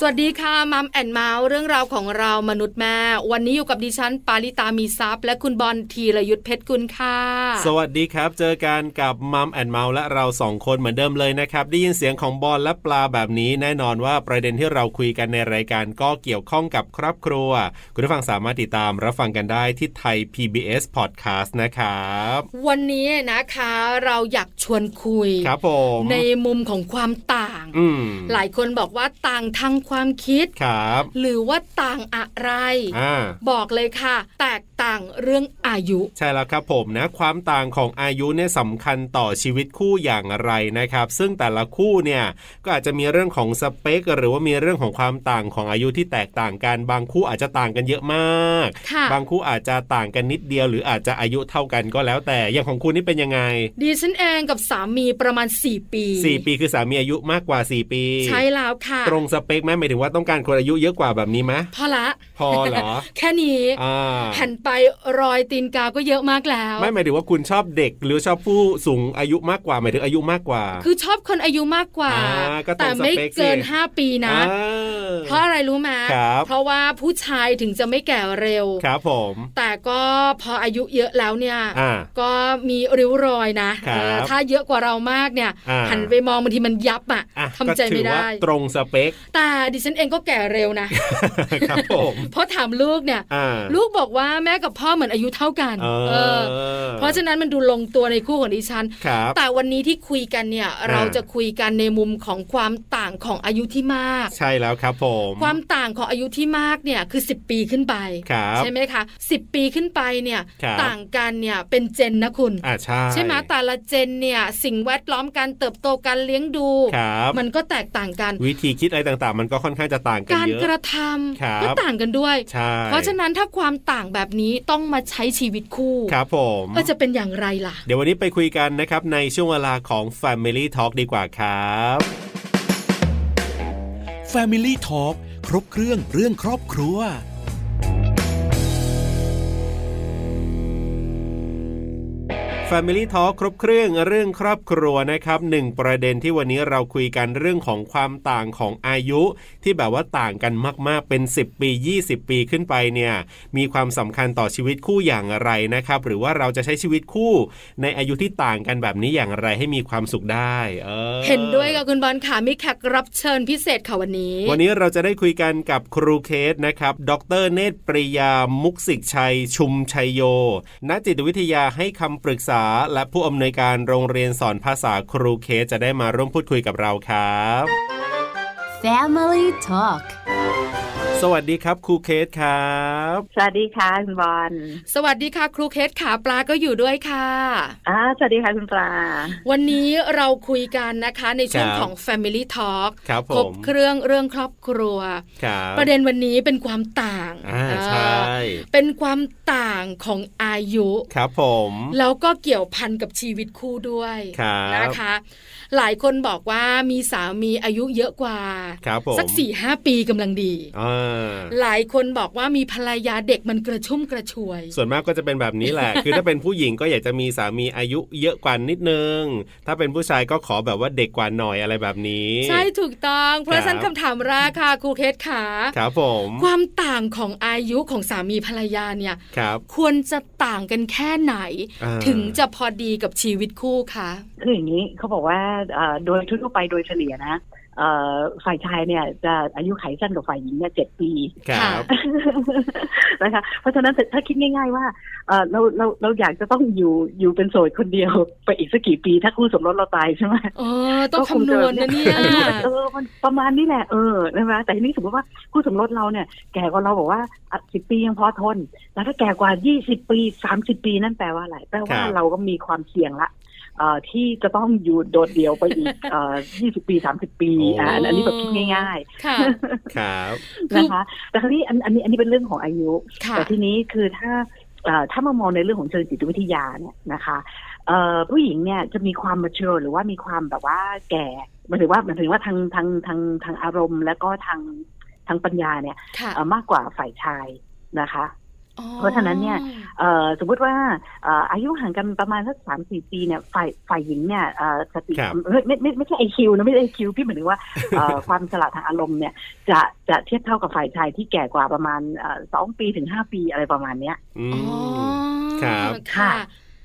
สวัสดีค่ะมัมแอนเมาส์เรื่องราวของเรามนุษย์แม่ วันนี้อยู่กับดิฉัน ปาริตามีซัพย์ และคุณบอลธีรยุทธเพชรกุลค่ะ สวัสดีครับ เจอกันกับมัมแอนเมาส์และเราสองคนเหมือนเดิมเลยนะครับ ได้ยินเสียงของบอลและปลาแบบนี้ แน่นอนว่าประเด็นที่เราคุยกันในรายการก็เกี่ยวข้องกับครอบครัว คุณผู้ฟังสามารถติดตามรับฟังกันได้ที่ไทย PBS Podcast นะครับ วันนี้นะคะเราอยากชวนคุย ครับผม ในมุมของความต่าง อืม หลายคนบอกว่าต่างทางความคิด ครับ หรือว่าต่างอะไร อ่า บอกเลยค่ะ แตกต่างเรื่องอายุ ใช่แล้วครับผมนะ ความต่างของอายุเนี่ยสำคัญต่อชีวิตคู่อย่างไรนะครับ ซึ่งแต่ละคู่เนี่ยก็อาจจะมีเรื่องของสเปค หรือว่ามีเรื่องของความต่างของอายุที่แตกต่างกันบางคู่อาจจะต่างกันเยอะมาก ค่ะ บางคู่อาจจะต่างกันนิดเดียว หรืออาจจะอายุเท่ากันก็แล้วแต่ อย่างของคุณนี่เป็นยังไง ดิฉันเองกับสามีประมาณ 4 ปี 4 ปีคือสามีอายุมากกว่า 4 ปี ใช่แล้วค่ะ ตรงสเปคไหมหมายถึงว่าต้องการคนอายุเยอะกว่าแบบนี้ไหม พอละ พอเหร อ แค่นี้ อ่า หันไปรอยตีนกาก็เยอะมากแล้ว ไม่หมายถึงว่าคุณชอบเด็ก หรือชอบผู้สูงอายุมากกว่าหมายถึงอายุมากกว่า คือชอบคนอายุมากกว่า อ่าก็ตรง แต่ไม่ สเปคสิ เกิน 5 ปีนะ อ่า เพราะอะไรรู้ไหม ครับ เพราะว่าผู้ชายถึงจะไม่แก่เร็ว ครับผม แต่ก็พออายุเยอะแล้วเนี่ย อ่า ก็มีริ้วรอยนะครับ เออถ้าเยอะกว่าเรามากเนี่ย อ่า หันไปมองบางทีมันยับอ่ะ อ่ะ ทำใจ ก็ถื ไม่ อได้ว่าตรงสเปค แต่ดิฉันเองก็แก่เร็วนะ ครับผม เพราะถามลูกเนี่ย อ่า ลูกบอกว่าแม่กับพ่อเหมือนอายุเท่ากัน เอ เออ อ เพราะฉะนั้นมันดูลงตัวในคู่ของดิฉัน ครับ แต่วันนี้ที่คุยกันเนี่ยเราจะคุยกันในมุมของความต่างของอายุที่มาก ใช่แล้วครับผม ความต่างของอายุที่มากเนี่ยคือ 10 ปีขึ้นไป ครับ ใช่ไหมคะ 10 ปีขึ้นไปเนี่ย ครับ ต่างกันเนี่ยเป็นเจนนะคุณ อ่าใช่ ใช่ไหมแต่ละเจนเนี่ยสิ่งแวดล้อมการเติบโตการเลี้ยงดู ครับ มันก็แตกต่างกัน วิธีคิดอะไรต่างๆ มันก็ค่อนข้างจะต่างกัน การ เยอะ กระท ครับ ำก็ต่างกันด้วย ใช่ เพราะฉะนั้นถ้าความต่างแบบนี้ต้องมาใช้ชีวิตคู่ ครับผม ก็จะเป็นอย่างไรล่ะ เดี๋ยววันนี้ไปคุยกันนะครับ ในช่วงเวลาของ Family Talk ดีกว่าครับ Family Talk ครบเครื่องเรื่องครอบครัว Family Talk ครบเครื่องเรื่องครอบครัวนะครับหนึ่งประเด็นที่วันนี้เราคุยกันเรื่องของความต่างของอายุ ที่แบบว่าต่างกันมากๆเป็น 10 ปี 20 ปีขึ้นไปเนี่ยมีความสำคัญต่อชีวิตคู่อย่างไรนะครับ หรือว่าเราจะใช้ชีวิตคู่ ในอายุที่ต่างกันแบบนี้อย่างไรให้มีความสุขได้ออ เห็นด้วยกับคุณบอลค่ะมีแขกรับเชิญพิเศษค่ะวันนี้ วันนี้เราจะได้คุยกันกับครูเคสนะครับ ดรเนตรปริยา มุกสิกชัย ชุมชัยโย นักจิตวิทยาให้คำปรึกษา และผู้อำนวยการโรงเรียนสอนภาษาครูเคสจะได้มาร่วมพูดคุยกับเราครับ Family Talk สวัสดีครับครูเคสครับ สวัสดีค่ะคุณบอล สวัสดีค่ะ ครูเคสขาปลาก็อยู่ด้วยค่ะ อ่าสวัสดีค่ะคุณปลา วันนี้เราคุยกันนะคะในช่วงของ Family Talk ครับผ ครบ ม เครื่องเรื่องครอบครัว ครับ ประเด็นวันนี้เป็นความต่าง อ่า เออ ใช่ เป็นความต่างของอายุ ครับผม แล้วก็เกี่ยวพันกับชีวิตคู่ด้วย ครับ นะคะ หลายคนบอกว่ามีสามีอายุเยอะกว่า ครับผม สักสี่ห้าปีกำลังดี อ่า หลายคนบอกว่ามีภรรยาเด็กมันกระชุ่มกระชวย ส่วนมากก็จะเป็นแบบนี้ แหละ คือถ้าเป็นผู้หญิงก็อยากจะมีสามีอายุเยอะกว่านิดนึง ถ้าเป็นผู้ชายก็ขอแบบว่าเด็กกว่าหน่อยอะไรแบบนี้ ใช่ถูกต้อง เพราะ ครั ฉะ บ นั้นคำถามแรกค่ะครูเคสขา ครับผม ความต่างของอายุของสามีภรรยาเนี่ย ครับ ควรจะต่างกันแค่ไหน อ่า ถึงจะพอดีกับชีวิตคู่คะ คืออย่างนี้เขาบอกว่าเอ่อโดยทั่วๆไปโดยเฉลี่ยนะเอ่อฝ่ายชายเนี่ยจะอายุไขสั้นกว่าฝ่ายหญิงเนี่ยเจ็ดปี ครับ นะคะ เพราะฉะนั้นถ้าคิดง่าย ๆว่าเอ่อเราเราเราอยากจะต้องอยู่อยู่เป็นโสดคนเดียว ไปอีกสักกี่ปีถ้าคู่สมรสเราตายใช่ไหม เออ ต้องคำนวณนะเนี่ย เออมันประมาณนี้แหละ เออใช่ไหมแต่ทีนี้สมมติว่าคู่สมรสเราเนี่ย แก่กว่าเราบอกว่าสิบปียังพอทน แล้วถ้าแก่กว่ายี่สิบปีสามสิบปีนั่นแปลว่าอะไร แปลว่า ครับ เราก็มีความเสี่ยงละเอ่อที่จะต้องอยู่โดดเดี่ยวไปอีกเอ่อยี่สิบปีสามสิบปีอ่ะอันอันนี้แบบคิดง่าย ค่ะ ครับ ๆนะคะ แต่คราวนี้อันอันนี้อันนี้เป็นเรื่องของอายุ ค่ะ แต่ทีนี้คือถ้าเอ่อถ้ามามองในเรื่องของเชิงจิตวิทยาเนี่ยนะคะเอ่อผู้หญิงเนี่ยจะมีความมัชเชอหรือว่ามีความแบบว่าแก่หมายถึงว่าหมายถึงว่าทางทางทางทางอารมณ์ แล้วก็ทางทางปัญญาเนี่ย ค่ะ เอ่อมากกว่าฝ่ายชายนะคะ อ๋อ เพราะฉะนั้นเนี่ย เอ่อสมมติว่าเอ่ออายุห่างกันประมาณสักสามสี่ปีเนี่ยฝ่ายฝ่ายหญิงเนี่ยเอ่อสติ ครับ ไม่ไม่ไม่ไม่ใช่ไอคิวนะไม่ใช่ไอคิวพี่หมายถึงว่าเอ่อ ความฉลาดทางอารมณ์เนี่ยจะจะเทียบเท่ากับฝ่ายชายที่แก่กว่าประมาณเอ่อสองปีถึงห้าปีอะไรประมาณเนี้ย อื อ๋อ ม ครับ ค่ะ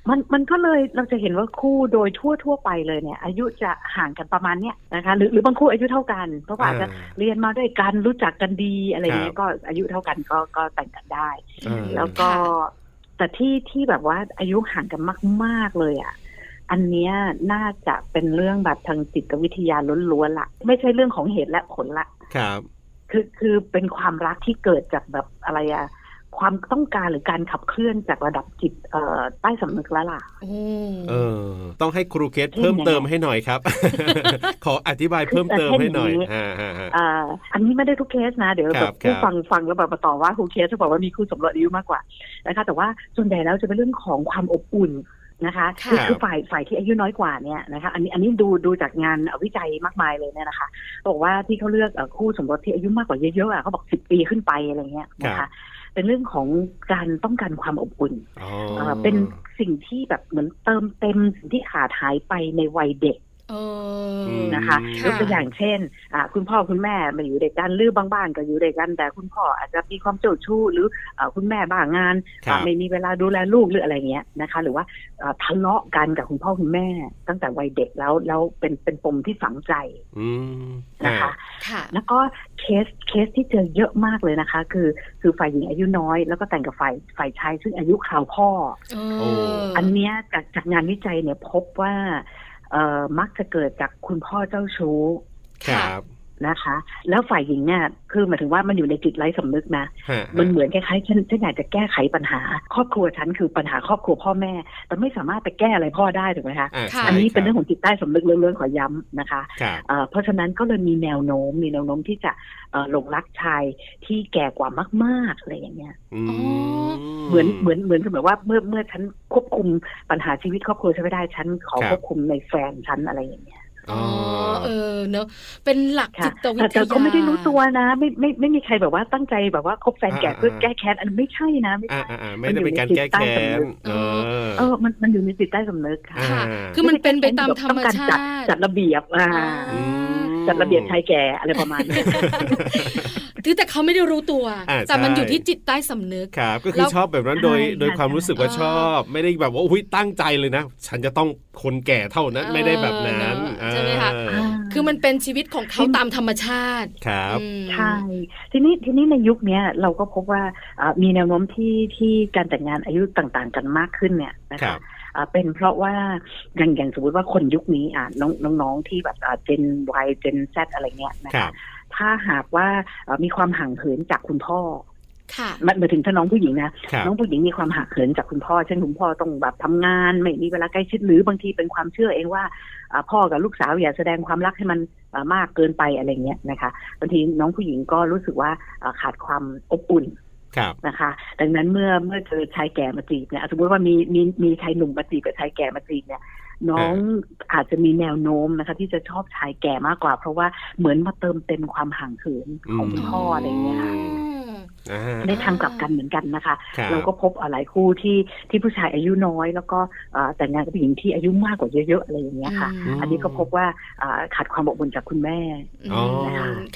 มันมันก็เลยเราจะเห็นว่าคู่โดยทั่วทั่วไปเลยเนี่ย อายุจะห่างกันประมาณเนี้ยนะคะหรือหรือบางคู่อายุเท่ากันเพราะว่าอาจจะเรียนมาด้วยกันรู้จักกันดีอะไรเงี้ ครั ย บ ก็อายุเท่ากันก็ก็แต่งกันได้ เออ แล้วก็แต่ที่ที่แบบว่าอายุห่างกันมาก ๆ เลยอะ่ะ อันเนี้ยน่าจะเป็นเรื่องแบบทางจิตวิทยาล้วนๆละไม่ใช่เรื่องของเหตุและผลละ ครับ คือคือเป็นความรักที่เกิดจากแบบอะไรอะความต้องการหรือการขับเคลื่อนจากระดับจิตเอ่อใต้สำนึกแล้วล่ะ โอ้ เออ ต้องให้ครูเคสเพิ่มเติมให้หน่อยครับ ขออธิบายเพิ่มเติมให้หน่อยอ่าอ่าอ่า อ่าอันนี้ไม่ได้ทุกเคสนะ เดี๋ยว ค แบ รับบคผู้รับ ฟังฟังแล้วแบบมาต่อว่าคู่เคสจะบอกว่ามีคู่สมรสอายุมากกว่านะคะแต่ว่าส่วนใหญ่แล้วจะเป็นเรื่องของความอบอุ่นนะคะ ค่ะ คือฝ่ายฝ่ายที่อายุน้อยกว่าเนี่ยนะคะอันนี้อันนี้ดูดูจากงานวิจัยมากมายเลยเนี่ยนะคะบอกว่าที่เขาเลือกเอ่อคู่สมรสที่อายุมากกว่าเยอะๆอ่ะเขาบอกสิบปีขึ้นไปอะไรเงี้ยนะ ครั คะ บ เป็นเรื่องของการต้องการความอบอุ่น อ๋อ เอ่อเป็นสิ่งที่แบบเหมือนเติมเต็มสิ่งที่ขาดหายไปในวัยเด็ก เออ อืม นะคะ ย ค่ะ กตัวอย่างเช่นอ่าคุณพ่อคุณแม่มาอยู่ด้วยกันหรือบางบ้านก็อยู่ด้วยกัน แต่คุณพ่ออาจจะมีความเจ้าชู้หรืออาคุณแม่บ้างงาน ครับ อ่าไม่มีเวลาดูแลลูกหรืออะไรเงี้ยนะคะ หรือว่าอ่าทะเลาะกันกับคุณพ่อคุณแม่ ตั้งแต่วัยเด็กแล้วแล้วเป็นเป็นปมที่ฝังใจ อืม นะ อ่า คะ ค่ะ แล้วก็เคสเคสที่เจอเยอะมากเลยนะคะ คือคือฝ่ายหญิงอายุน้อย แล้วก็แต่งกับฝ่ายฝ่ายชายซึ่งอายุคราวพ่อ เออ อั อั นเนี้ยจากจากงานวิจัยเนี่ยพบว่าเอ่อมักจะเกิดจากคุณพ่อเจ้าชู้ ครับ นะคะ แล้วฝ่ายหญิงเนี่ยคือหมายถึงว่ามันอยู่ในจิตไร้สำนึกนะ ฮะ มันเหมือนคล้ายๆฉันฉันอยากจะแก้ไขปัญหา ครอบครัวฉันคือปัญหาครอบครัวพ่อแม่ แต่ไม่สามารถไปแก้อะไรพ่อได้ถูกไหมคะ า ะ ใช่ อันนี้เป็น ค เรื่อง บ ของจิตใต้สำนึกเรื่องๆขอย้ำนะคะ ครับ เอ่อเพราะฉะนั้นก็เลยมีแนวโน้มมีแนวโน้มที่จะเอ่อหลงรักชายที่แก่กว่ามากๆอะไรอย่างเงี้ย อื อ๋อ ม เหมือนเหมือนเหมือนคือแบบว่าเมื่อเมื่อฉันควบคุมปัญหาชีวิตครอบครัวฉันไม่ได้ฉันขอ ครับ ควบคุมในแฟนฉันอะไรอย่างเงี้ย อ๋ อ๋ อ อเออเนอะเป็นหลักจิ ค่ะ ตวิท แต่ ยา แต่ก็ไม่ได้รู้ตัวนะไม่ไม่ไม่มีใครแบบว่าตั้งใจแบบว่าคบแฟนแก่ อ่า เพื่อแก้แค้นอันนนไม่ใช่นะไม่ อ่า ใช่ อ่าอ่าไม่ได้เป็นการแก้แค้นเออ เออมันมันอยู่ในจิตใต้สำนึกค่ะ ค่ะ อ่า คือมันเป็นไปตามธรรมชา ต้องกจัด ติ จัดระเบียบอ่า อื ม จัดระเบียบชายแก่อะไรประมาณนี้ คือแต่เขาไม่ได้รู้ตัว อ่า แต่มัน ใช่ อยู่ที่จิตใต้สำนึก ครับก็คื แล้ อ ว ชอบแบบนั้นโดย ใช่ โดยคค่ะวามรู้สึกว่า ใช่ ชอบ ไม่ได้แบบว่าอุ้ยตั้งใจเลยนะ ฉันจะต้องคนแก่เท่านั้นไม่ได้แบบนั้น เออเนอะใช่ไหมคะ อ่า คือมันเป็นชีวิตของเขา อืม ตามธรรมชาติ ครับ อืม ใช่ทีนี้ทีนี้ในยุคเนี้ยเราก็พบว่าอ่ามีแนวโน้มที่ที่การแต่งงานอายุต่างๆ กันมากขึ้นเนี่ยนะ ครั คะ บ อ่าเป็นเพราะว่าอย่างอย่างสมมติว่าคนยุคนี้อ่าน้องน้องๆที่แบบเจนวัยเจนแซอะไรเงี้ยนะ ค คะ รับ ถ้าหากว่าเอ่อมีความห่างเหินจากคุณพ่อ ค่ะ มันหมายถึงถ้าน้องผู้หญิงนะ ครับ น้องผู้หญิงมีความห่างเหินจากคุณพ่อ เช่นคุณพ่อต้องแบบทำงานไม่มีเวลาใกล้ชิดหรือบางทีเป็นความเชื่อเองว่าอ่าพ่อกับลูกสาวอย่าแสดงความรักให้มันอ่ามากเกินไปอะไรเงี้ยนะคะบางทีน้องผู้หญิงก็รู้สึกว่าอ่าขาดความอบอุ่น ครับ นะคะ ดังนั้นเมื่อเมื่อเจอชายแก่มาจีบเนี่ยสมมติว่ามีมีมีชายหนุ่มมาจีบกับชายแก่มาจีบเนี่ย น้องอาจจะมีแนวโน้มนะคะ ที่จะชอบชายแก่มากกว่า เพราะว่าเหมือนมาเติมเต็มความห่างเหินของคุณพ่ออะไรเงี้ยค่ะ อื อ่า ในทางกลับกันเหมือนกันนะคะ ครับ เราก็พบหลายคู่ที่ที่ผู้ชายอายุน้อย แล้วก็เอ่อแต่งงานกับผู้หญิงที่อายุมากกว่าเยอะๆอะไรอย่างเงี้ยค่ะ อืม อันนี้ก็พบว่าเอ่อขาดความอบอุ่นจากคุณแม่ อ๋อ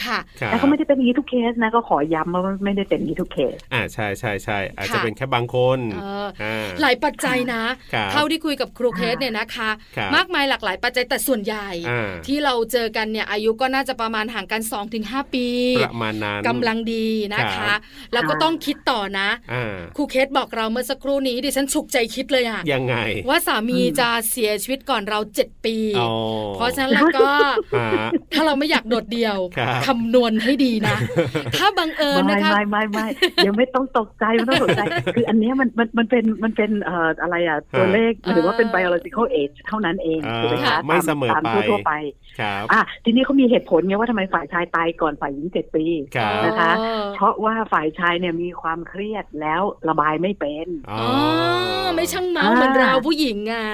ค่ะ ครับ แต่ก็ไม่ได้เป็นอย่างนี้ทุกเคสนะก็ขอย้ำว่าไม่ได้เป็นอย่างนี้ทุกเคส อ่าใช่ใช่ใช่อาจ ค่ะ จะเป็นแค่บางคน เออ อ่า หลายปัจจัยนะ ครับ เท่าที่คุยกับครูเคสเนี่ยนะคะ ครับ มากมายหลากหลายปัจจัยแต่ส่วนใหญ่ อ่า ที่เราเจอกันเนี่ยอายุก็น่าจะประมาณห่างกัน 2-5 ปี ประมาณนั้น กำลังดีนะ ครั คะ บ แล้วก็ต้องคิดต่อนะ อ่า ครูเคสบอกเราเมื่อสักครู่นี้ดิฉันฉุกใจคิดเลยอะ ยังไง ว่าสามี อืม จะเสียชีวิตก่อนเราเจ็ดปี อ๋อ เพราะฉะนั้นแล้วก็ อ่า ถ้าเราไม่อยากโดดเดี่ยว ครับ คำนวณให้ดีนะ ถ้าบังเอิญ ไม่ นะคะ ไม่ไม่ไม่ยังไม่ต้องตกใจไม่ต้องตกใจ คืออันเนี้ยมันมันมันเป็นมันเป็นเอ่ออะไรอ่ะตัวเลขหรือว่าเป็น biological age เท่านั้นเอง อ่า ถูกไหมคะ ไม่เสมอ ตาม ไป ทั่วๆไป ครับ อ่ะทีนี้เขามีเหตุผลไงว่าทำไมฝ่ายชายตายก่อนฝ่ายหญิงเจ็ดปี ครับ นะคะ เออ เพราะว่าฝ่ายชายเนี่ยมีความเครียดแล้วระบายไม่เป็น อ๋อ อ๋ อ อไม่ช่างเมาส์เหมือนเราผู้หญิงอ่ะ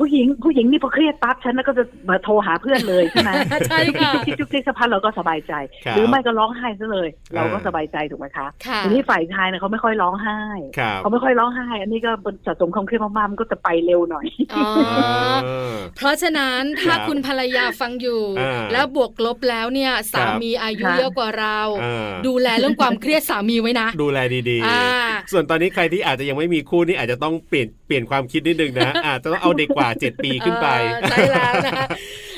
ผู้หญิงผู้หญิงนี่พอเครียดปั๊บฉันน่ะก็จะมาโทรหาเพื่อนเลยใช่ไหม ใช่ค่ะ จุกจิกจุกจิกสักพักเราก็สบายใจ ครั หรือบ ไม่ก็ร้องไห้ซะเลย อ่า เราก็สบายใจถูกไหมคะ ค่ะ ทีนี้ฝ่ายชายเนี่ยเขาไม่ค่อยร้องไห้ ครับ เขาไม่ค่อยร้องไห้ อันนี้ก็สะสมความเครียดมากๆมันก็จะไปเร็วหน่อย อ๋อ เออ เพราะฉะนั้นถ้าคุณภรรยาฟังอยู่ อ่า แล้วบวกลบแล้วเนี่ยสามีอายุ ครับ เยอะกว่าเรา อ่า ดูแลเรื่องความเครียดสามีไว้นะ ดูแลดี อ่า ส่วนตอนนี้ใครที่อาจจะยังไม่มีคู่นี่อาจจะต้องเปลี่ยนเปลี่ยนความคิดนิดนึงนะ อาจจะต้องเอาเด็กกว่า 7 ปีขึ้นไป เออใช่แล้วนะ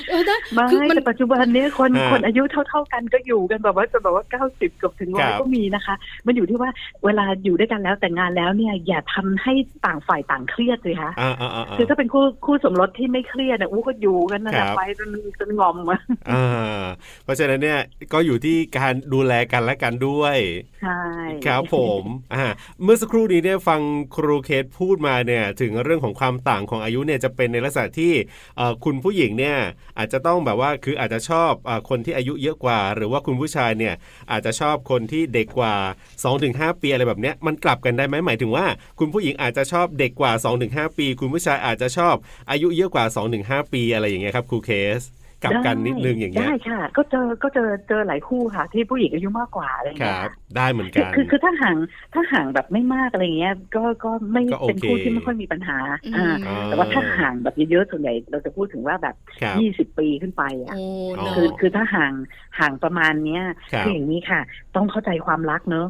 เออนะ ไม่ คือมัน แต่ปัจจุบันเนี้คน อ่า คนอายุเท่า ๆกันก็อยู่กันแบบว่าจะแบบว่าเก้าสิบเกือบถึงร้อย ครับ ก็มีนะคะ มันอยู่ที่ว่าเวลาอยู่ด้วยกันแล้วแต่งงานแล้วเนี่ย อย่าทำให้ต่างฝ่ายต่างเครียดเลยคะ อ่าอ่าอ่า คือถ้าเป็นคู่คู่สมรสที่ไม่เครียดเนี่ยอู้ก็อยู่กันนนแหละไปจนจนงอมอะ อ่าเพราะฉะนั้นเนี่ยก็อยู่ที่การดูแลกันและกันด้วย ใช่ ครับผมอ่าเมื่อสักครู่นี้เนี่ยฟังครูเคสพูดมาเนี่ยถึงเรื่องของความต่างของอายุเนี่ยจะเป็นในลักษณะที่เอ่อคุณผู้หญิงเนี่ยอาจจะต้องแบบว่าคืออาจจะชอบเอ่อคนที่อายุเยอะกว่า หรือว่าคุณผู้ชายเนี่ยอาจจะชอบคนที่เด็กกว่า 2-5 ปีอะไรแบบเนี้ยมันกลับกันได้ไหมหมายถึงว่า คุณผู้หญิงอาจจะชอบเด็กกว่า 2-5 ปี คุณผู้ชายอาจจะชอบอายุเยอะกว่า 2-5 ปีอะไรอย่างเงี้ยครับครูเคสกลับกันนิดนึงอย่างเงี้ย ได้ค่ะ ก็เจอก็เจอเจอหลายคู่ค่ะ ที่ผู้หญิงอายุมากกว่าอะไร ค เงี้ รับ ย ได้เหมือน คือ กัน คือคือถ้าห่างถ้าห่างแบบไม่มากอะไรเงี้ย ก็ก็ไม่ ก็โอเค เป็นคู่ที่ไม่ค่อยมีปัญหาอ่า อืม แต่ว่าถ้าห่างแบบเยอะๆส่วนใหญ่เราจะพูดถึงว่าแบบ ครับ ยี่สิบปีขึ้นไปอ่ะ โอ้ อ๋อ เนาะ คือคือถ้าห่างห่างประมาณเนี้ย ครับ คืออย่างนี้ค่ะ ต้องเข้าใจความรักเนอะ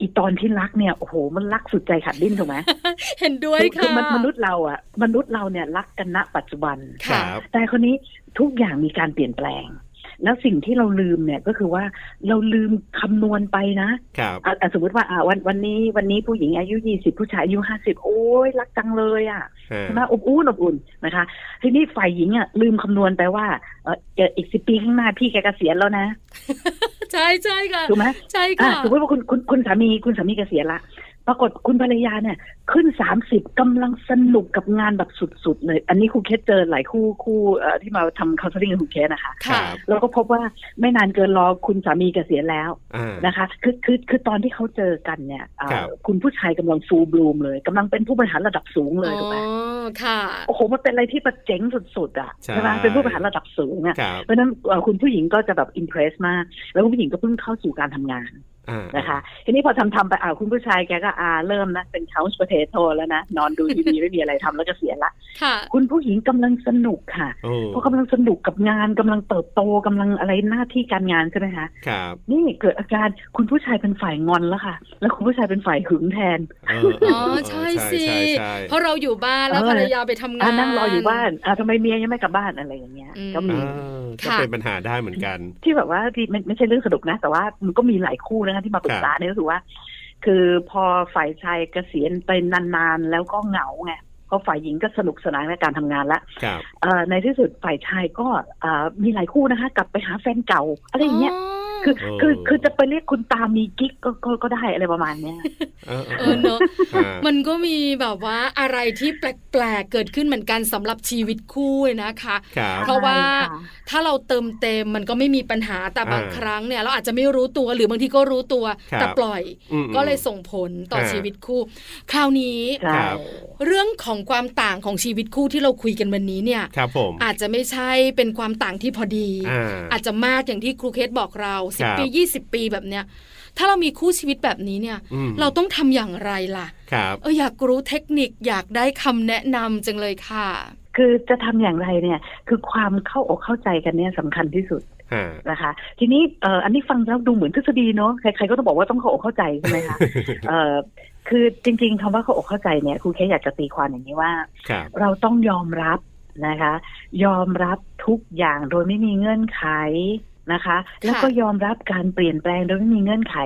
อีตอนที่รักเนี่ยโอ้โหมันรักสุดใจขาดดิ้นถูกไหม เห็นด้วย คือคื ค่ะ อมนุษย์เราอ่ะมนุษย์เราเนี่ยรักกันณปัจจุบัน ค ค่ะ รับ แต่คนนี้ทุกอย่างมีการเปลี่ยนแปลง แล้วสิ่งที่เราลืมเนี่ยก็คือว่าเราลืมคำนวณไปนะครับ อ่ะอ่ะสมมติว่าอ่ะวันวันนี้วันนี้ผู้หญิงอายุยี่สิบผู้ชายอายุห้าสิบโอ้ยรักจังเลยอ่ะ อ่า ใช่ไหมอบอุ่นอบอุ่นนะคะ ทีนี้ฝ่ายหญิงอ่ะลืมคำนวณไปว่าเอ่อเอ่ออีกสิบปีข้างหน้าพี่แกเกษียณแล้วนะ ใช่ใช่ค่ะ ถูกไหม ใช่ อ่ะ ค่ะ สมมติว่าคุณคุณคุณสามีคุณสามีเกษียณละปรากฏคุณภรรยาเนี่ย ขึ้นสามสิบกำลังสนุกกับงานแบบสุดๆเลย อันนี้ครูเคสเจอหลายคู่คู่เอ่อที่มาทำ counseling กับครูเคสนะคะ ค่ะ ครับ เราก็พบว่าไม่นานเกินรอคุณสามีเกษียณแล้ว อ่าน นะคะคือคือคือตอนที่เขาเจอกันเนี่ยเอ่อ ครับ คุณผู้ชายกำลังฟูลบลูมเลยกำลังเป็นผู้บริหารระดับสูงเลยถูกไหม อ๋อ ค่ะ โอ้โหมันเป็นอะไรที่ประเจ๋งสุดๆอ่ะ ใช่ ไหมเป็นผู้บริหารระดับสูงอ่ะ ครับ เพราะฉะนั้นเอ่อคุณผู้หญิงก็จะแบบอิมเพรสมาก แล้วคุณผู้หญิงก็เพิ่งเข้าสู่การทำงาน อ่า นะคะ ทีนี้พอทำทำไปอ่าคุณผู้ชายแกก็อ่าเริ่มนะเป็น couch potato แล้วนะนอนดูทีวี ไม่มีอะไรทำแล้วก็เสียณละ ค่ะ คุณผู้หญิงกำลังสนุกค่ะ โอ้ เพราะกำลังสนุกกับงานกำลังเติบโตกำลังอะไรหน้าที่การงานใช่ไหมคะ ครับ นี่เกิดอาการคุณผู้ชายเป็นฝ่ายงอนแล้วค่ะ แล้วคุณผู้ชายเป็นฝ่ายหึงแทน เออเออ อ๋อ เออ ใช่สิ ใช่ใช่ เพราะเราอยู่บ้านแล้ว เออ ภรรยาไปทำงา อ่ะ น นั่งรออยู่บ้านอ่ะทำไมเมียยังไม่กลับบ้านอะไรอย่างเงี้ย อืม ก็มี อ่าก็ ค่ะ เป็นปัญหาได้เหมือนกัน ที่แบบว่าที่ไม่ไม่ใช่เรื่องสนุกนะ แต่ว่ามันก็มีหลายคู่นะคะที่มาปรึกษาเนี่ยก็คือว่า คือพอฝ่ายชายเกษียณไปนานๆ แล้วก็เหงาไงเพราะฝ่ายหญิงก็สนุกสนานในการทำงานละ ครับ เอ่อในที่สุดฝ่ายชายก็เอ่อมีหลายคู่นะคะ กลับไปหาแฟนเก่าอะไรอย่างเงี้ยคือ เออ คือคือจะไปเรียกคุณตามีกิ๊กก็ก็ก็ได้อะไรประมาณเนี้ย เออ เออเนอะ อ่า มันก็มีแบบว่าอะไรที่แปลกๆ เกิดขึ้นเหมือนกันสำหรับชีวิตคู่นะคะ ครับ เพราะว่า ใช่ค่ะ ถ้าเราเติมเต็มมันก็ไม่มีปัญหาแต่บาง อ่า ครั้งเนี่ยเราอาจจะไม่รู้ตัวหรือบางทีก็รู้ตัว ครับ แต่ปล่อย อืม ก็เลยส่งผลต่ออา ชีวิตคู่ คราวนี้ ใช่ ครับ เรื่องของความต่างของชีวิตคู่ที่เราคุยกันวันนี้เนี่ย ครับผม อาจจะไม่ใช่เป็นความต่างที่พอดี อ่า อาจจะมากอย่างที่ครูเคสบอกเราสิบ ครับ ปียี่สิบปีแบบเนี้ยถ้าเรามีคู่ชีวิตแบบนี้เนี่ย อืม เราต้องทำอย่างไรล่ะ ครับ เอออยากรู้เทคนิคอยากได้คำแนะนำจังเลยค่ะ คือจะทำอย่างไรเนี่ย คือความเข้าอกเข้าใจกันเนี่ยสำคัญที่สุด อ่า นะคะ ทีนี้เอ่ออันนี้ฟังแล้วดูเหมือนทฤษฎีเนาะใครๆก็ต้องบอกว่าต้องเข้าอกเข้าใจใช่ไหม คะ เอ่อคือจริงๆคำว่าเข้าอกเข้าใจเนี่ยครูแค่อยากจะตีความอย่างนี้ว่า ครับ เราต้องยอมรับนะคะ ยอมรับทุกอย่างโดยไม่มีเงื่อนไขนะคะ แล้วก็ยอมรับการเปลี่ยนแปลงโดยไม่มีเงื่อนไข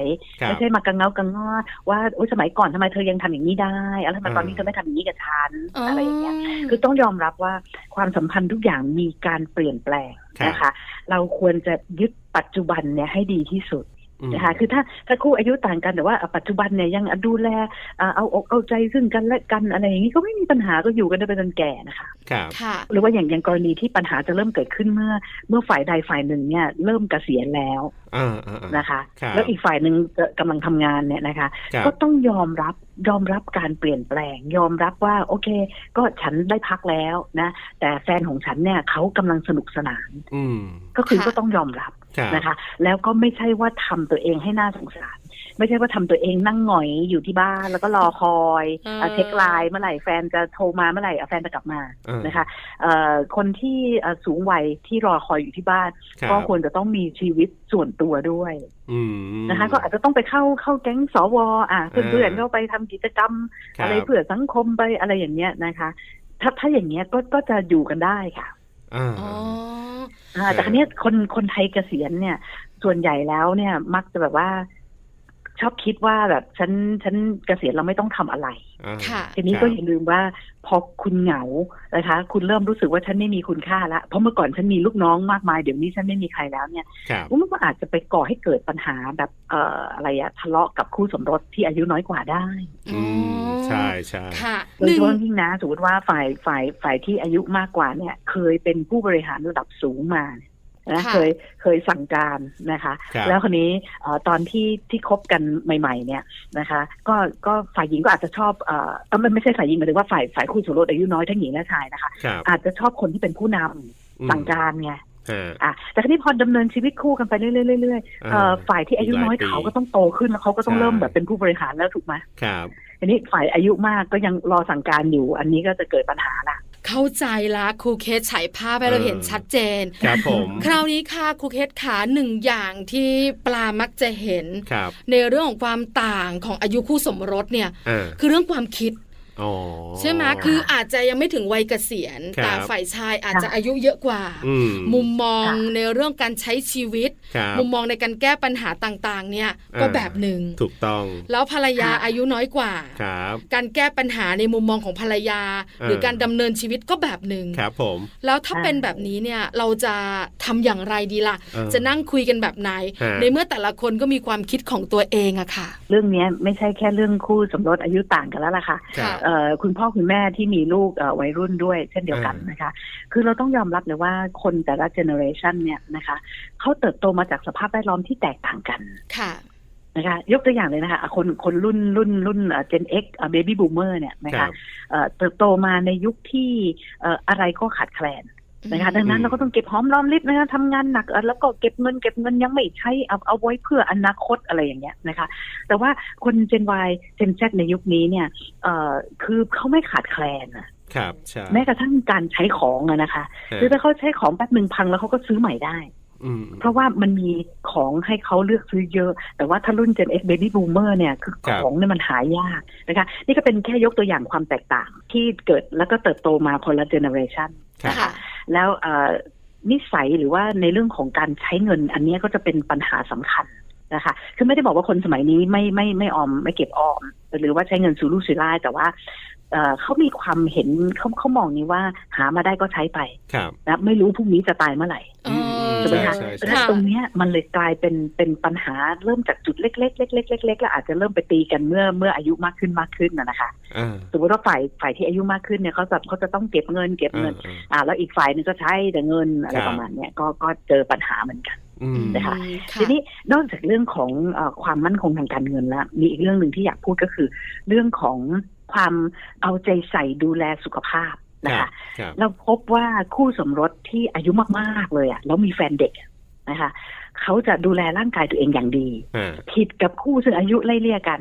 ครั ไม่ บ ใช่มากังเงากังงอว่าโอ๊ยสมัยก่อนทำไมเธอยังทำอย่างนี้ได้แล้วทำไมตอนนี้ อ่า เธอไม่ทำอย่างนี้กับฉันอะไรอย่างเงี้ย คือต้องยอมรับว่าความสัมพันธ์ทุกอย่างมีการเปลี่ยนแปลง ครับ นะคะ เราควรจะยึดปัจจุบันเนี่ยให้ดีที่สุด อืม นะคะคือถ้าถ้าคู่อายุต่างกันแต่ว่าอ่ะปัจจุบันเนี่ยยังดูแลอ่ะเอาอกเอาใจซึ่งกันและกันอะไรอย่างนี้ก็ไม่มีปัญหาก็อยู่กันได้ไปจนแก่นะคะ ครับ ค่ะ หรือว่าอย่างอย่างกรณีที่ปัญหาจะเริ่มเกิดขึ้นเมื่อ เมื่อฝ่ายใดฝ่ายหนึ่งเนี่ยเริ่มเกษียณแล้ว อ่าอ่าอ่า นะคะ ครับ แล้วอีกฝ่ายหนึ่งจะกำลังทำงานเนี่ยนะคะ ครับ ก็ต้องยอมรับยอมรับการเปลี่ยนแปลง ยอมรับว่า โอเค ก็ฉันได้พักแล้วนะ แต่แฟนของฉันเนี่ยเขากำลังสนุกสนาน อืม ก็คือ ค่ะ ก็ต้องยอมรับ ครับ นะคะ แล้วก็ไม่ใช่ว่าทำตัวเองให้น่าสงสาร ไม่ใช่ว่าทำตัวเองนั่งหงอยอยู่ที่บ้าน แล้วก็รอคอยอ่ะเช็คไลน์เมื่อไหร่แฟนจะโทรมาเมื่อไหร่อ่ะแฟนจะกลับมา อ่า นะคะเอ่อคนที่เอ่อสูงวัยที่รอคอยอยู่ที่บ้าน ครับ ก็ควรจะต้องมีชีวิตส่วนตัวด้วย อืม นะคะ ก็อาจจะต้องไปเข้าเข้าแก๊งสวอ่ะเพื่อน อ่า ๆเข้าไปทำกิจกรรม คบ อะไรเพื่อสังคมไปอะไรอย่างเงี้ยนะคะ ถ้าถ้าอย่างเงี้ยก็ก็จะอยู่กันได้ค่ะ อ่า อ๋อคอ่ารับ แต่ครั้นี้ยคนคนไทยเกษียณเนี่ย ส่วนใหญ่แล้วเนี่ยมักจะแบบว่า ชอบคิดว่าแบบฉันฉันเกษียณเราไม่ต้องทำอะไร อ่า ค่ะ ทีนี้ ครับ ก็อย่าลืมว่าพอคุณเหงานะคะ คุณเริ่มรู้สึกว่าฉันไม่มีคุณค่าละเพราะเมื่อก่อนฉันมีลูกน้องมากมายเดี๋ยวนี้ฉันไม่มีใครแล้วเนี่ย ครับ มันก็อาจจะไปก่อให้เกิดปัญหาแบบเอ่ออะไรอะทะเลาะกับคู่สมรสที่อายุน้อยกว่าได้ อ๋ อื อ มใช่ใช่ ค่ะ โดหยนึ่เฉง พาะยิ่งนะสมมติว่าฝ่ายฝ่ายฝ่ายที่อายุมากกว่าเนี่ย เคยเป็นผู้บริหารระดับสูงมานะเคยเคยสั่งการนะคะ ครับ แล้วคนนี้เอ่อตอนที่ที่คบกันใหม่ ๆ เนี่ยนะคะ ก็ก็ฝ่ายหญิงก็อาจจะชอบเอ่อเอ้ยไม่ไม่ใช่ฝ่ายหญิงหมายถึงว่าฝ่ายฝ่ายคู่สมรสอายุน้อยทั้งหญิงและชายนะคะ ครับ อาจจะชอบคนที่เป็นผู้นำ อืม สั่งการไง ฮะ อ่ะแต่ทีนี้พอดำเนินชีวิตคู่กันไปเรื่อยๆเรื่อยๆเอ่อ อ่า ฝ่ายที่อายุน้อย อีกหลายปี เขาก็ต้องโตขึ้นแล้วเขาก็ต้อง ใช่ เริ่มแบบเป็นผู้บริหารแล้วถูกไหม ครับ ทีนี้ฝ่ายอายุมากก็ยังรอสั่งการอยู่ อันนี้ก็จะเกิดปัญหาละ เข้าใจละครูเคสฉายภาพให้เราเห็นชัดเจน ครับผม คราวนี้ค่ะครูเคสขาหนึ่งอย่างที่ปลามักจะเห็น ครับ ในเรื่องของความต่างของอายุคู่สมรสเนี่ย อ่า คือเรื่องความคิด อ๋อ ใช่ไหมคืออาจจะยังไม่ถึงวัยเกษียณ ครับ แต่ฝ่ายชายอาจจะอายุเยอะกว่า อืม มุมมอง ค่ะ ในเรื่องการใช้ชีวิต ครับ มุมมองในการแก้ปัญหาต่างๆ เนี่ยก็ อ่า แบบหนึ่ง ถูกต้อง แล้วภรรยาอายุน้อยกว่า ครับ การแก้ปัญหาในมุมมองของภรรยา หรือการดำเนินชีวิตก็แบบหนึ่ง ครับผม แล้วถ้า อ่า เป็นแบบนี้เนี่ยเราจะทำอย่างไรดีล่ะ เออ จะนั่งคุยกันแบบไหน ฮะ ในเมื่อแต่ละคนก็มีความคิดของตัวเองอะค่ะ เรื่องเนี้ยไม่ใช่แค่เรื่องคู่สมรสอายุต่างกันแล้วล่ะค่ะ ครับ เอ่อคุณพ่อคุณแม่ที่มีลูกเอ่อวัยรุ่นด้วยเช่นเดียวกัน อ่าน นะคะ คือเราต้องยอมรับเลยว่าคนแต่ละเจเนอเรชันเนี่ยนะคะเขาเติบโตมาจากสภาพแวดล้อมที่แตกต่างกัน ค่ะ นะคะ ยกตัวอย่างเลยนะคะอ่ะคนคนรุ่นรุ่นรุ่นเจนเอ็กเบบี้บูมเมอร์เนี่ยนะ ค คะ รับ เอ่อเติบโตมาในยุคที่เอ่ออะไรก็ขาดแคลนนะคะดังนั้นเราก็ต้องเก็บหอมรอมริบนะคะทำงานหนักเอ่อแล้วก็เก็บเงินเก็บเงินยังไม่ใช้เอาเอาไว้เพื่ออนาคตอะไรอย่างเงี้ยนะคะ แต่ว่าคนเจน Y เจน Z ในยุคนี้เนี่ยเอ่อคือเขาไม่ขาดแคลนอะ ครับใช่ แม้กระทั่งการใช้ของอะนะคะ ฮะ คือถ้าเขาใช้ของแป๊บหนึ่งพังแล้วเขาก็ซื้อใหม่ได้ อืม เพราะว่ามันมีของให้เขาเลือกซื้อเยอะ แต่ว่าถ้ารุ่น Gen X Baby Boomer เนี่ยคือ ครับ ของเนี่ยมันหายากนะคะ นี่ก็เป็นแค่ยกตัวอย่างความแตกต่างที่เกิดแล้วก็เติบโตมาคนละ generation ครับ ค่ะ แล้วเอ่อนิสัยหรือว่าในเรื่องของการใช้เงิน อันเนี้ยก็จะเป็นปัญหาสำคัญนะคะ คือไม่ได้บอกว่าคนสมัยนี้ไม่ไม่ไม่ออมไม่เก็บออม หรือว่าใช้เงินสูรุ่ยสุร่ายแต่ว่าเอ่อเขามีความเห็นเขาเขามองนี้ว่าหามาได้ก็ใช้ไป ครับ นะไม่รู้พรุ่งนี้จะตายเมื่อไหร่ เออ ใช่ไหมคะ ใช่ แต่ ใช่ ถ้า ค่ะ ตรงเนี้ยมันเลยกลายเป็นเป็นปัญหาเริ่มจากจุดเล็กๆเล็กๆเล็กๆเล็กๆแล้วอาจจะเริ่มไปตีกันเมื่อเมื่ออายุมากขึ้นมากขึ้นนะนะคะ อ่า สมมติว่าฝ่ายฝ่ายที่อายุมากขึ้นเนี่ยเขาจะเขาจะต้องเก็บเงินเก็บเงิ อ่าน อ่า อ่าแล้วอีกฝ่ายหนึงก็ใช้แต่เงินอะไร ครับ ประมาณเนี้ยก็ก็เจอปัญหาเหมือนกัน อืม นะคะ อืม ทีนี้นอกจากเรื่องของเออความมั่นคงทางการเงินแล้วมีอีกเรื่องหนึ่งที่อยากพูดก็คือ เรื่องของความเอาใจใส่ดูแลสุขภาพนะ ครั คะ บครับ เราพบว่าคู่สมรสที่อายุมากๆเลยอะแล้วมีแฟนเด็กอะนะคะเขาจะดูแลร่างกายตัวเองอย่างดี อ่า ผิดกับคู่ซึ่งอายุไล่เลี่ยกัน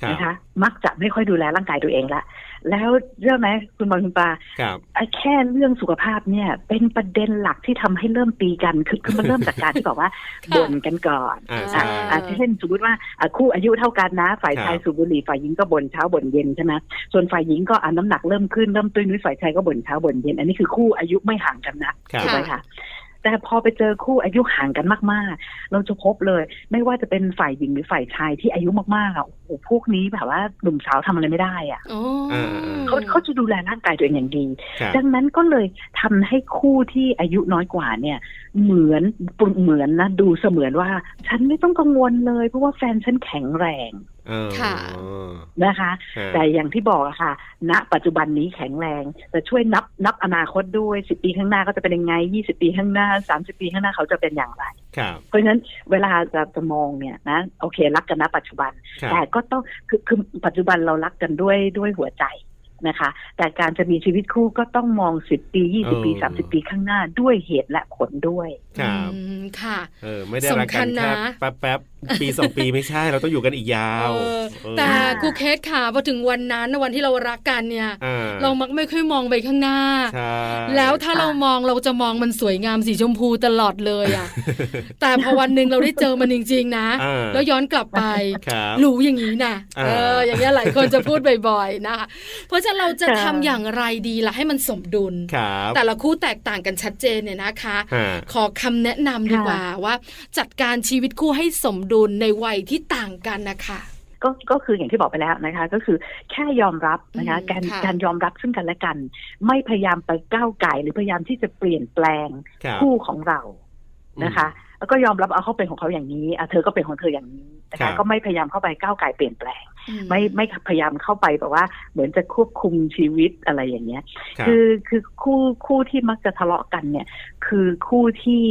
ครับ นะคะ มักจะไม่ค่อยดูแลร่างกายตัวเองละแล้วเรื่องไหมคุณบอลคุณปลา ครับ ไอ้แค่เรื่องสุขภาพเนี่ย เป็นประเด็นหลักที่ทำให้เริ่มตีกันคือคือมันเริ่มจากการที่บอกว่า ค่ะ บ่นกันก่อน อ่า อ่า ใช่ อ่ะเช่นสมมติว่าอ่ะคู่อายุเท่ากันนะ ฝ่าย ครับ ชายสูบบุหรี่ฝ่ายหญิงก็บ่นเช้าบ่นเย็นใช่ไหมส่วนฝ่ายหญิงก็อ่ะน้ำหนักเริ่มขึ้นเริ่มตื้นนิดฝ่ายชายก็บ่นเช้าบ่นเย็น อันนี้คือคู่อายุไม่ห่างกันคนะรับ ถูกไหมคะ แต่พอไปเจอคู่อายุห่างกันมากๆ เราจะพบเลย ไม่ว่าจะเป็นฝ่ายหญิงหรือฝ่ายชายที่อายุมากๆอ่ะโอ้โหพวกนี้แบบว่าหนุ่มสาวทำอะไรไม่ได้อ่ะ อ๋ออ ม เขาเขาจะดูแลร่างกายตัวเองอย่างดี ครับ ดังนั้นก็เลยทำให้คู่ที่อายุน้อยกว่าเนี่ย เหมือนเหมือนนะดูเสมือนว่า ฉันไม่ต้องกังวลเลย เพราะว่าแฟนฉันแข็งแรง เออ ค่ะ นะคะ ฮะ แต่อย่างที่บอกอะค่ะ ณ ปัจจุบันนี้แข็งแรง แต่ช่วยนับนับอนาคตด้วยสิปีข้างหน้าก็จะเป็นยังไงยี่สิบปีข้างหน้าสามสิบปีข้างหน้าเขาจะเป็นอย่างไร ครับ เพราะฉะนั้นเวลาจะจะมองเนี่ยนะโอเค รักกันณปัจจุบัน ครับ แต่ก็ต้องคือคือปัจจุบันเรารักกันด้วยด้วยหัวใจนะคะ แต่การจะมีชีวิตคู่ก็ต้องมองสิบปียี่สิบปี เออ สามสิบปีข้างหน้าด้วยเหตุและผลด้วย ครับ อืมค่ะ เออไม่ได้รักสำกันคัญนะ แค่แป๊บแป๊บๆปีสองปีไม่ใช่เราต้องอยู่กันอีกยาว เออ เออ แต่ครูเคสค่ะพอถึงวันนั้นนะวันที่เรารักกันเนี่ย อ่ เรามักไม่ค่อยมองไปข้างหน้า ใช่ แล้วถ้าเรามองเราจะมองมันสวยงามสีชมพูตลอดเลยอะ แต่พอวันหนึ่งเราได้เจอมันจริงๆนะ อ่า แล้วย้อนกลับไป ครับ รู้อย่างนี้นะ อ่า เออ อย่างเงี้ยหลายคนจะพูดบ่อยๆนะคะ เพราะฉะนั้นเราจะ ค่ะ ทำอย่างไรดีล่ะให้มันสมดุล ครับ แต่ละคู่แตกต่างกันชัดเจนเนี่ยนะคะ ฮะ ขอคำแนะนำดีกว่าว่า จัดการชีวิตคู่ให้สมดุลในวัยที่ต่างกันนะคะ ก็ก็คืออย่างที่บอกไปแล้วนะคะ ก็คือแค่ยอมรับนะคะ อืม การ ค่ะ การยอมรับซึ่งกันและกัน ไม่พยายามไปก้าวไก่หรือพยายามที่จะเปลี่ยนแปลง ครับ คู่ของเรานะคะ แล้วก็ยอมรับเอาเขาเป็นของเขาอย่างนี้อ่ะเธอก็เป็นของเธออย่างนี้นะ ครั คะ บ ก็ไม่พยายามเข้าไปก้าวไก่เปลี่ยนแปลง อื ไม่ไม่พยายามเข้าไปแบบว่า เหมือนจะควบคุมชีวิตอะไรอย่างเงี้ย ครับ คือคือคู่คู่ที่มักจะทะเลาะกันเนี่ย คือคู่ที่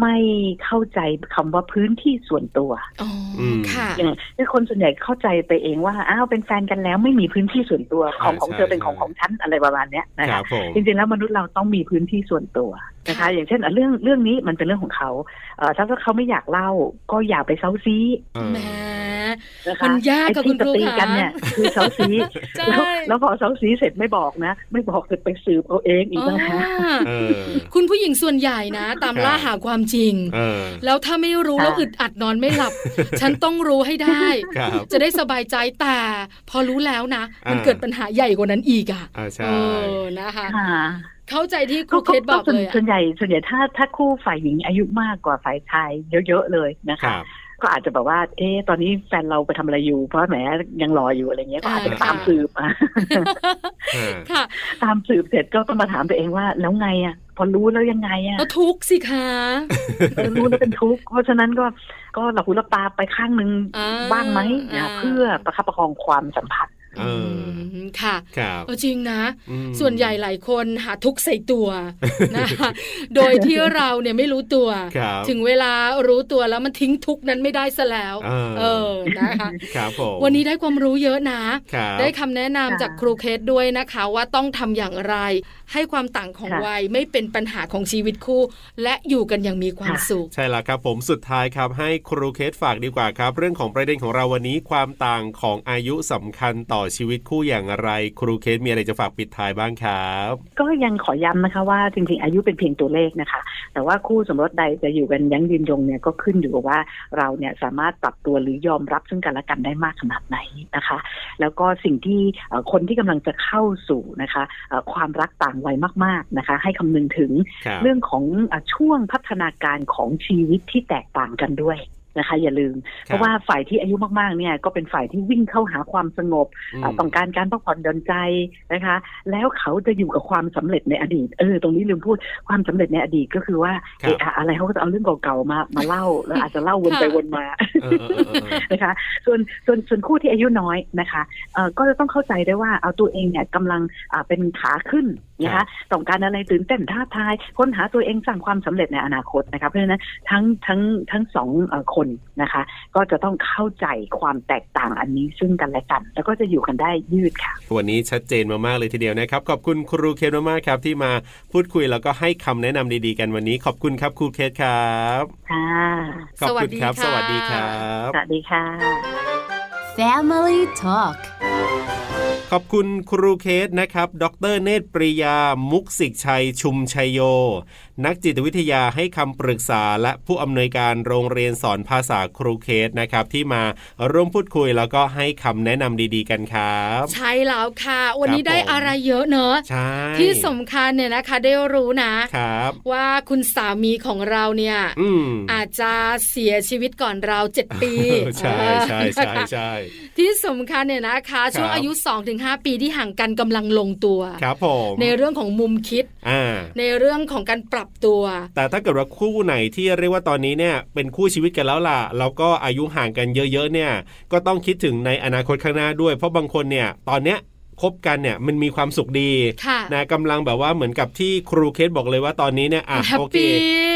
ไม่เข้าใจคำว่าพื้นที่ส่วนตัว อ๋ออ ม ค่ะ อย่างคือคนส่วนใหญ่เข้าใจไปเองว่าอ้าวเป็นแฟนกันแล้วไม่มีพื้นที่ส่วนตัวของ ใช่ ของเธอเป็น ใช่ ของของฉันอะไรประมาณเนี้ยนะ ครั คะ บผม จริงๆแล้วมนุษย์เราต้องมีพื้นที่ส่วนตัวนะคะ ค่ะ อย่างเช่นอ่ะเรื่องเรื่องนี้มันเป็นเรื่องของเขาเอ่อถ้าเขาไม่อยากเล่าก็อย่าไปเซาซี เออ แหม นะคะ มันยาก ไอ้ กับ ที่ คุณครู จะตี ค่ะ กันเนี่ยคือเซาซี ใช่ แล้วแล้วพอเซาซีเสร็จไม่บอกนะ ไม่บอกเสร็จไปสืบเอาเองอีก อ๋อ นะฮะ เออ คุณผู้หญิงส่วนใหญ่นะ ตาม ครับ ล่าหาความจริง เออ แล้วถ้าไม่รู้ ค่ะ แล้วอึดอัดนอนไม่หลับ ฉันต้องรู้ให้ได้ ครับ จะได้สบายใจแต่ พอรู้แล้วนะ มัน อ่า เกิดปัญหาใหญ่กว่านั้นอีกอ่ะ อ่า เอ ใช่ อนะคะ ค่ะ เข้าใจที่ครูเคสบอกเลย ส่ อะ วนใหญ่ส่วนใหญ่ถ้าถ้าคู่ฝ่ายหญิงอายุมากกว่าฝ่ายชายเยอะๆเลยนะ ค คะ รับ ก็อาจจะแบบว่า เอ๊ะตอนนี้แฟนเราไปทำอะไรอยู่ เพราะแหมยังรออยู่อะไรเงี้ยก็อาจจะ อ่า ตาม สืบอ่ะ ฮะ ค่ะ ตามสืบเสร็จก็ต้องมาถามตัวเองว่า แล้วไงอ่ะ พอรู้แล้วยังไงอ่ะ แล้วทุกข์สิคะ เออรู้แล้วเป็นทุกข์เพราะฉะนั้นก็ก็หลับหูหลับตาไปข้างนึง อ่ บ้างไหมนะเพื่อประคับประคองความสัมพันธ์ เออ มค่ะ ครับ เออจริงนะ อืม ส่วนใหญ่หลายคนหาทุกข์ใส่ตัวนะคะ โดยที่เราเนี่ยไม่รู้ตัว ครับ ถึงเวลารู้ตัวแล้วมันทิ้งทุกข์นั้นไม่ได้ซะแล้ว เออ อนะคะ ครับผม วันนี้ได้ความรู้เยอะนะ ครับ ได้คำแนะนำ ค่ะ จากครูเคสด้วยนะคะ ว่าต้องทำอย่างไร ให้ความต่างของวัยไม่เป็นปัญหาของชีวิตคู่ และอยู่กันอย่างมีความสุข ใช่แล้วครับผมสุดท้ายครับให้ครูเคสฝากดีกว่าครับ เรื่องของประเด็นของเราวันนี้ความต่างของอายุสำคัญต่อชีวิตคู่อย่างไร ครูเคสมีอะไรจะฝากปิดท้ายบ้างครับ ก็ยังขอย้ำนะคะว่าจริงๆอายุเป็นเพียงตัวเลขนะคะ แต่ว่าคู่สมรสใดจะอยู่กันยั้งยืนยงเนี่ยก็ขึ้นอยู่กับว่าเราเนี่ยสามารถปรับตัวหรือยอมรับซึ่งกันและกันได้มากขนาดไหนนะคะ แล้วก็สิ่งที่เอ่อคนที่กำลังจะเข้าสู่นะคะเอ่อความรักต่างวัยมากๆนะคะ ให้คำนึงถึง ครับ เรื่องของเอ่อช่วงพัฒนาการของชีวิตที่แตกต่างกันด้วยนะคะ อย่าลืม เพราะว่าฝ่ายที่อายุมากๆเนี่ยก็เป็นฝ่ายที่วิ่งเข้าหาความสงบ ม อ่ะต้องการการพักผ่อนหย่อนใจนะคะ แล้วเขาจะอยู่กับความสำเร็จในอดีต เออ ตรงนี้ลืมพูดความสำเร็จในอดีตก็คือว่า ครับ เอะอะอะไรเขาก็จะเอาเรื่องเก่าๆมามาเล่า แล้วอาจจะเล่าวนไปวนมา เออเออเออเออ นะคะ ส่วนส่วนส่วนคู่ที่อายุน้อยนะคะเอ่อก็จะต้องเข้าใจได้วยว่าเอาตัวเองเนี่ยกำลังอ่าเป็นขาขึ้นนะ ครั คะ บ ต้องการอะไรตื่นเต้นท้าทายค้นหาตัวเองสร้างความสำเร็จในอนาคตนะคะเพราะฉะนั้นทั้งทั้งทั้งสองเอ่อคนนะคะ ก็จะต้องเข้าใจความแตกต่างอันนี้ซึ่งกันและกัน แล้วก็จะอยู่กันได้ยืดค่ะ วันนี้ชัดเจนมากๆเลยทีเดียวนะครับ ขอบคุณครูเคสมากๆครับ ที่มาพูดคุยแล้วก็ให้คำแนะนำดีๆกันวันนี้ ขอบคุณครับครูเคสครับ ค่ะ ขอบคุณครับ ส ส วั วั ส ส ดี ดี ค่ะ ครับ สวัสดีค่ะ Family Talk ขอบคุณครูเคสนะครับ ดรเนตรปริยา มุกสิกชัย ชุมชัยโย นักจิตวิทยาให้คำปรึกษาและผู้อำนวยการโรงเรียนสอนภาษาครูเคสนะครับ ที่มาร่วมพูดคุยแล้วก็ให้คำแนะนำดีๆกันครับ ใช่แล้วค่ะ วันนี้ ครับ ได้ ผม อะไรเยอะเนอะ ใช่ ที่สำคัญเนี่ยนะคะได้รู้นะ ครับ ว่าคุณสามีของเราเนี่ย อืม อาจจะเสียชีวิตก่อนเราเจ็ดปี เออ ใช่ใช่ใช่ นะคะ ใช่ ที่สำคัญเนี่ยนะคะ ช่วง ครับ อายุ 2-5 ปีที่ห่างกันกำลังลงตัว ครับผม ในเรื่องของมุมคิด อ่า ในเรื่องของการปรับตัว แต่ถ้าเกิดว่าคู่ไหนที่เรียกว่าตอนนี้เนี่ยเป็นคู่ชีวิตกันแล้วล่ะแล้วก็อายุห่างกันเยอะๆเนี่ย ก็ต้องคิดถึงในอนาคตข้างหน้าด้วย เพราะบางคนเนี่ยตอนเนี้ยคบกันเนี่ยมันมีความสุขดี ค่ะ นะกำลังแบบว่าเหมือนกับที่ครูเคสบอกเลยว่าตอนนี้เนี่ยอ่ะ แฮป โอเค ปี้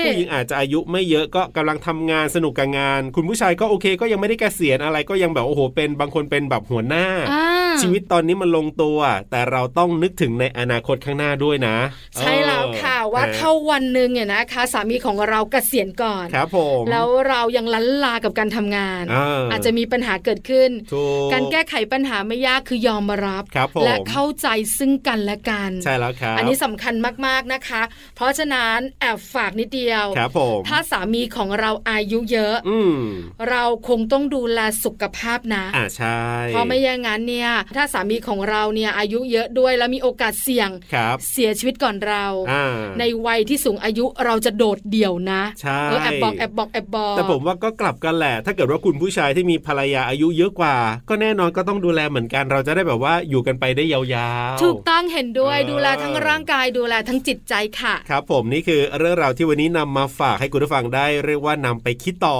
ผู้หญิงอาจจะอายุไม่เยอะก็กำลังทำงานสนุกกับงาน คุณผู้ชายก็โอเค ก็ยังไม่ได้เกษียณอะไรก็ยังแบบโอ้โหเป็นบางคนเป็นแบบหัวหน้า อ่า ชีวิตตอนนี้มันลงตัว แต่เราต้องนึกถึงในอนาคตข้างหน้าด้วยนะ ใช่แล้วค่ะว่า เออ ถ้าวันหนึ่งเนี่ยนะคะ สามีของเราเกษียณก่อน ครับผม แล้วเรายังลันลากับการทำงาน เ อาจจะมีปัญหาเกิดขึ้น ถูก การแก้ไขปัญหาไม่ยากคือยอมมารับ ครับผม และเข้าใจซึ่งกันและกัน ใช่แล้วครับ อันนี้สำคัญมากๆนะคะ เพราะฉะนั้นแอบฝากนิดเดียว ครับผม ถ้าสามีของเราอายุเยอะ อืม เราคงต้องดูแลสุขภาพนะ อ่าใช่ เพราะไม่อย่างนั้นเนี่ย ถ้าสามีของเราเนี่ยอายุเยอะด้วยแล้วมีโอกาสเสี่ยง ครับ เสียชีวิตก่อนเรา อ่า ในวัยที่สูงอายุเราจะโดดเดี่ยวนะ ใช่ เออแอบบอกแอบบอกแอบบอก แต่ผมว่าก็กลับกันแหละ ถ้าเกิดว่าคุณผู้ชายที่มีภรรยาอายุเยอะกว่า ก็แน่นอนก็ต้องดูแลเหมือนกัน เราจะได้แบบว่าอยู่กันไปได้ยาวๆ ถูกต้องเห็นด้วย เออ ดูแลทั้งร่างกายดูแลทั้งจิตใจค่ะ ครับผมนี่คือเรื่องราวที่วันนี้นำมาฝากให้คุณผู้ฟังได้เรียกว่านำไปคิดต่อ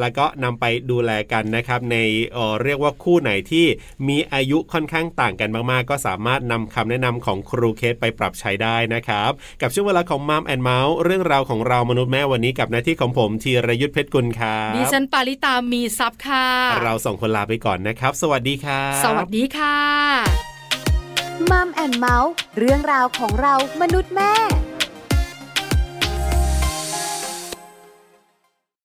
แล้วก็นำไปดูแลกันนะครับ ในเอ่อเรียกว่าคู่ไหนที่มีอายุค่อนข้างต่างกันมากๆ ก็สามารถนำคำแนะนำของครูเคสไปปรับใช้ได้นะครับ กับช่วงเวลาของมัมแอนเมาส์เรื่องราวของเรามนุษย์แม่วันนี้กับหน้าที่ของผมธีรยุทธเพชรกุลครับ ดิฉันปาริตามีซับค่ะ เราสองคนลาไปก่อนนะครับ สวัสดีครับ สวัสดีค่ะ มัมแอนเมาส์เรื่องราวของเรามนุษย์แม่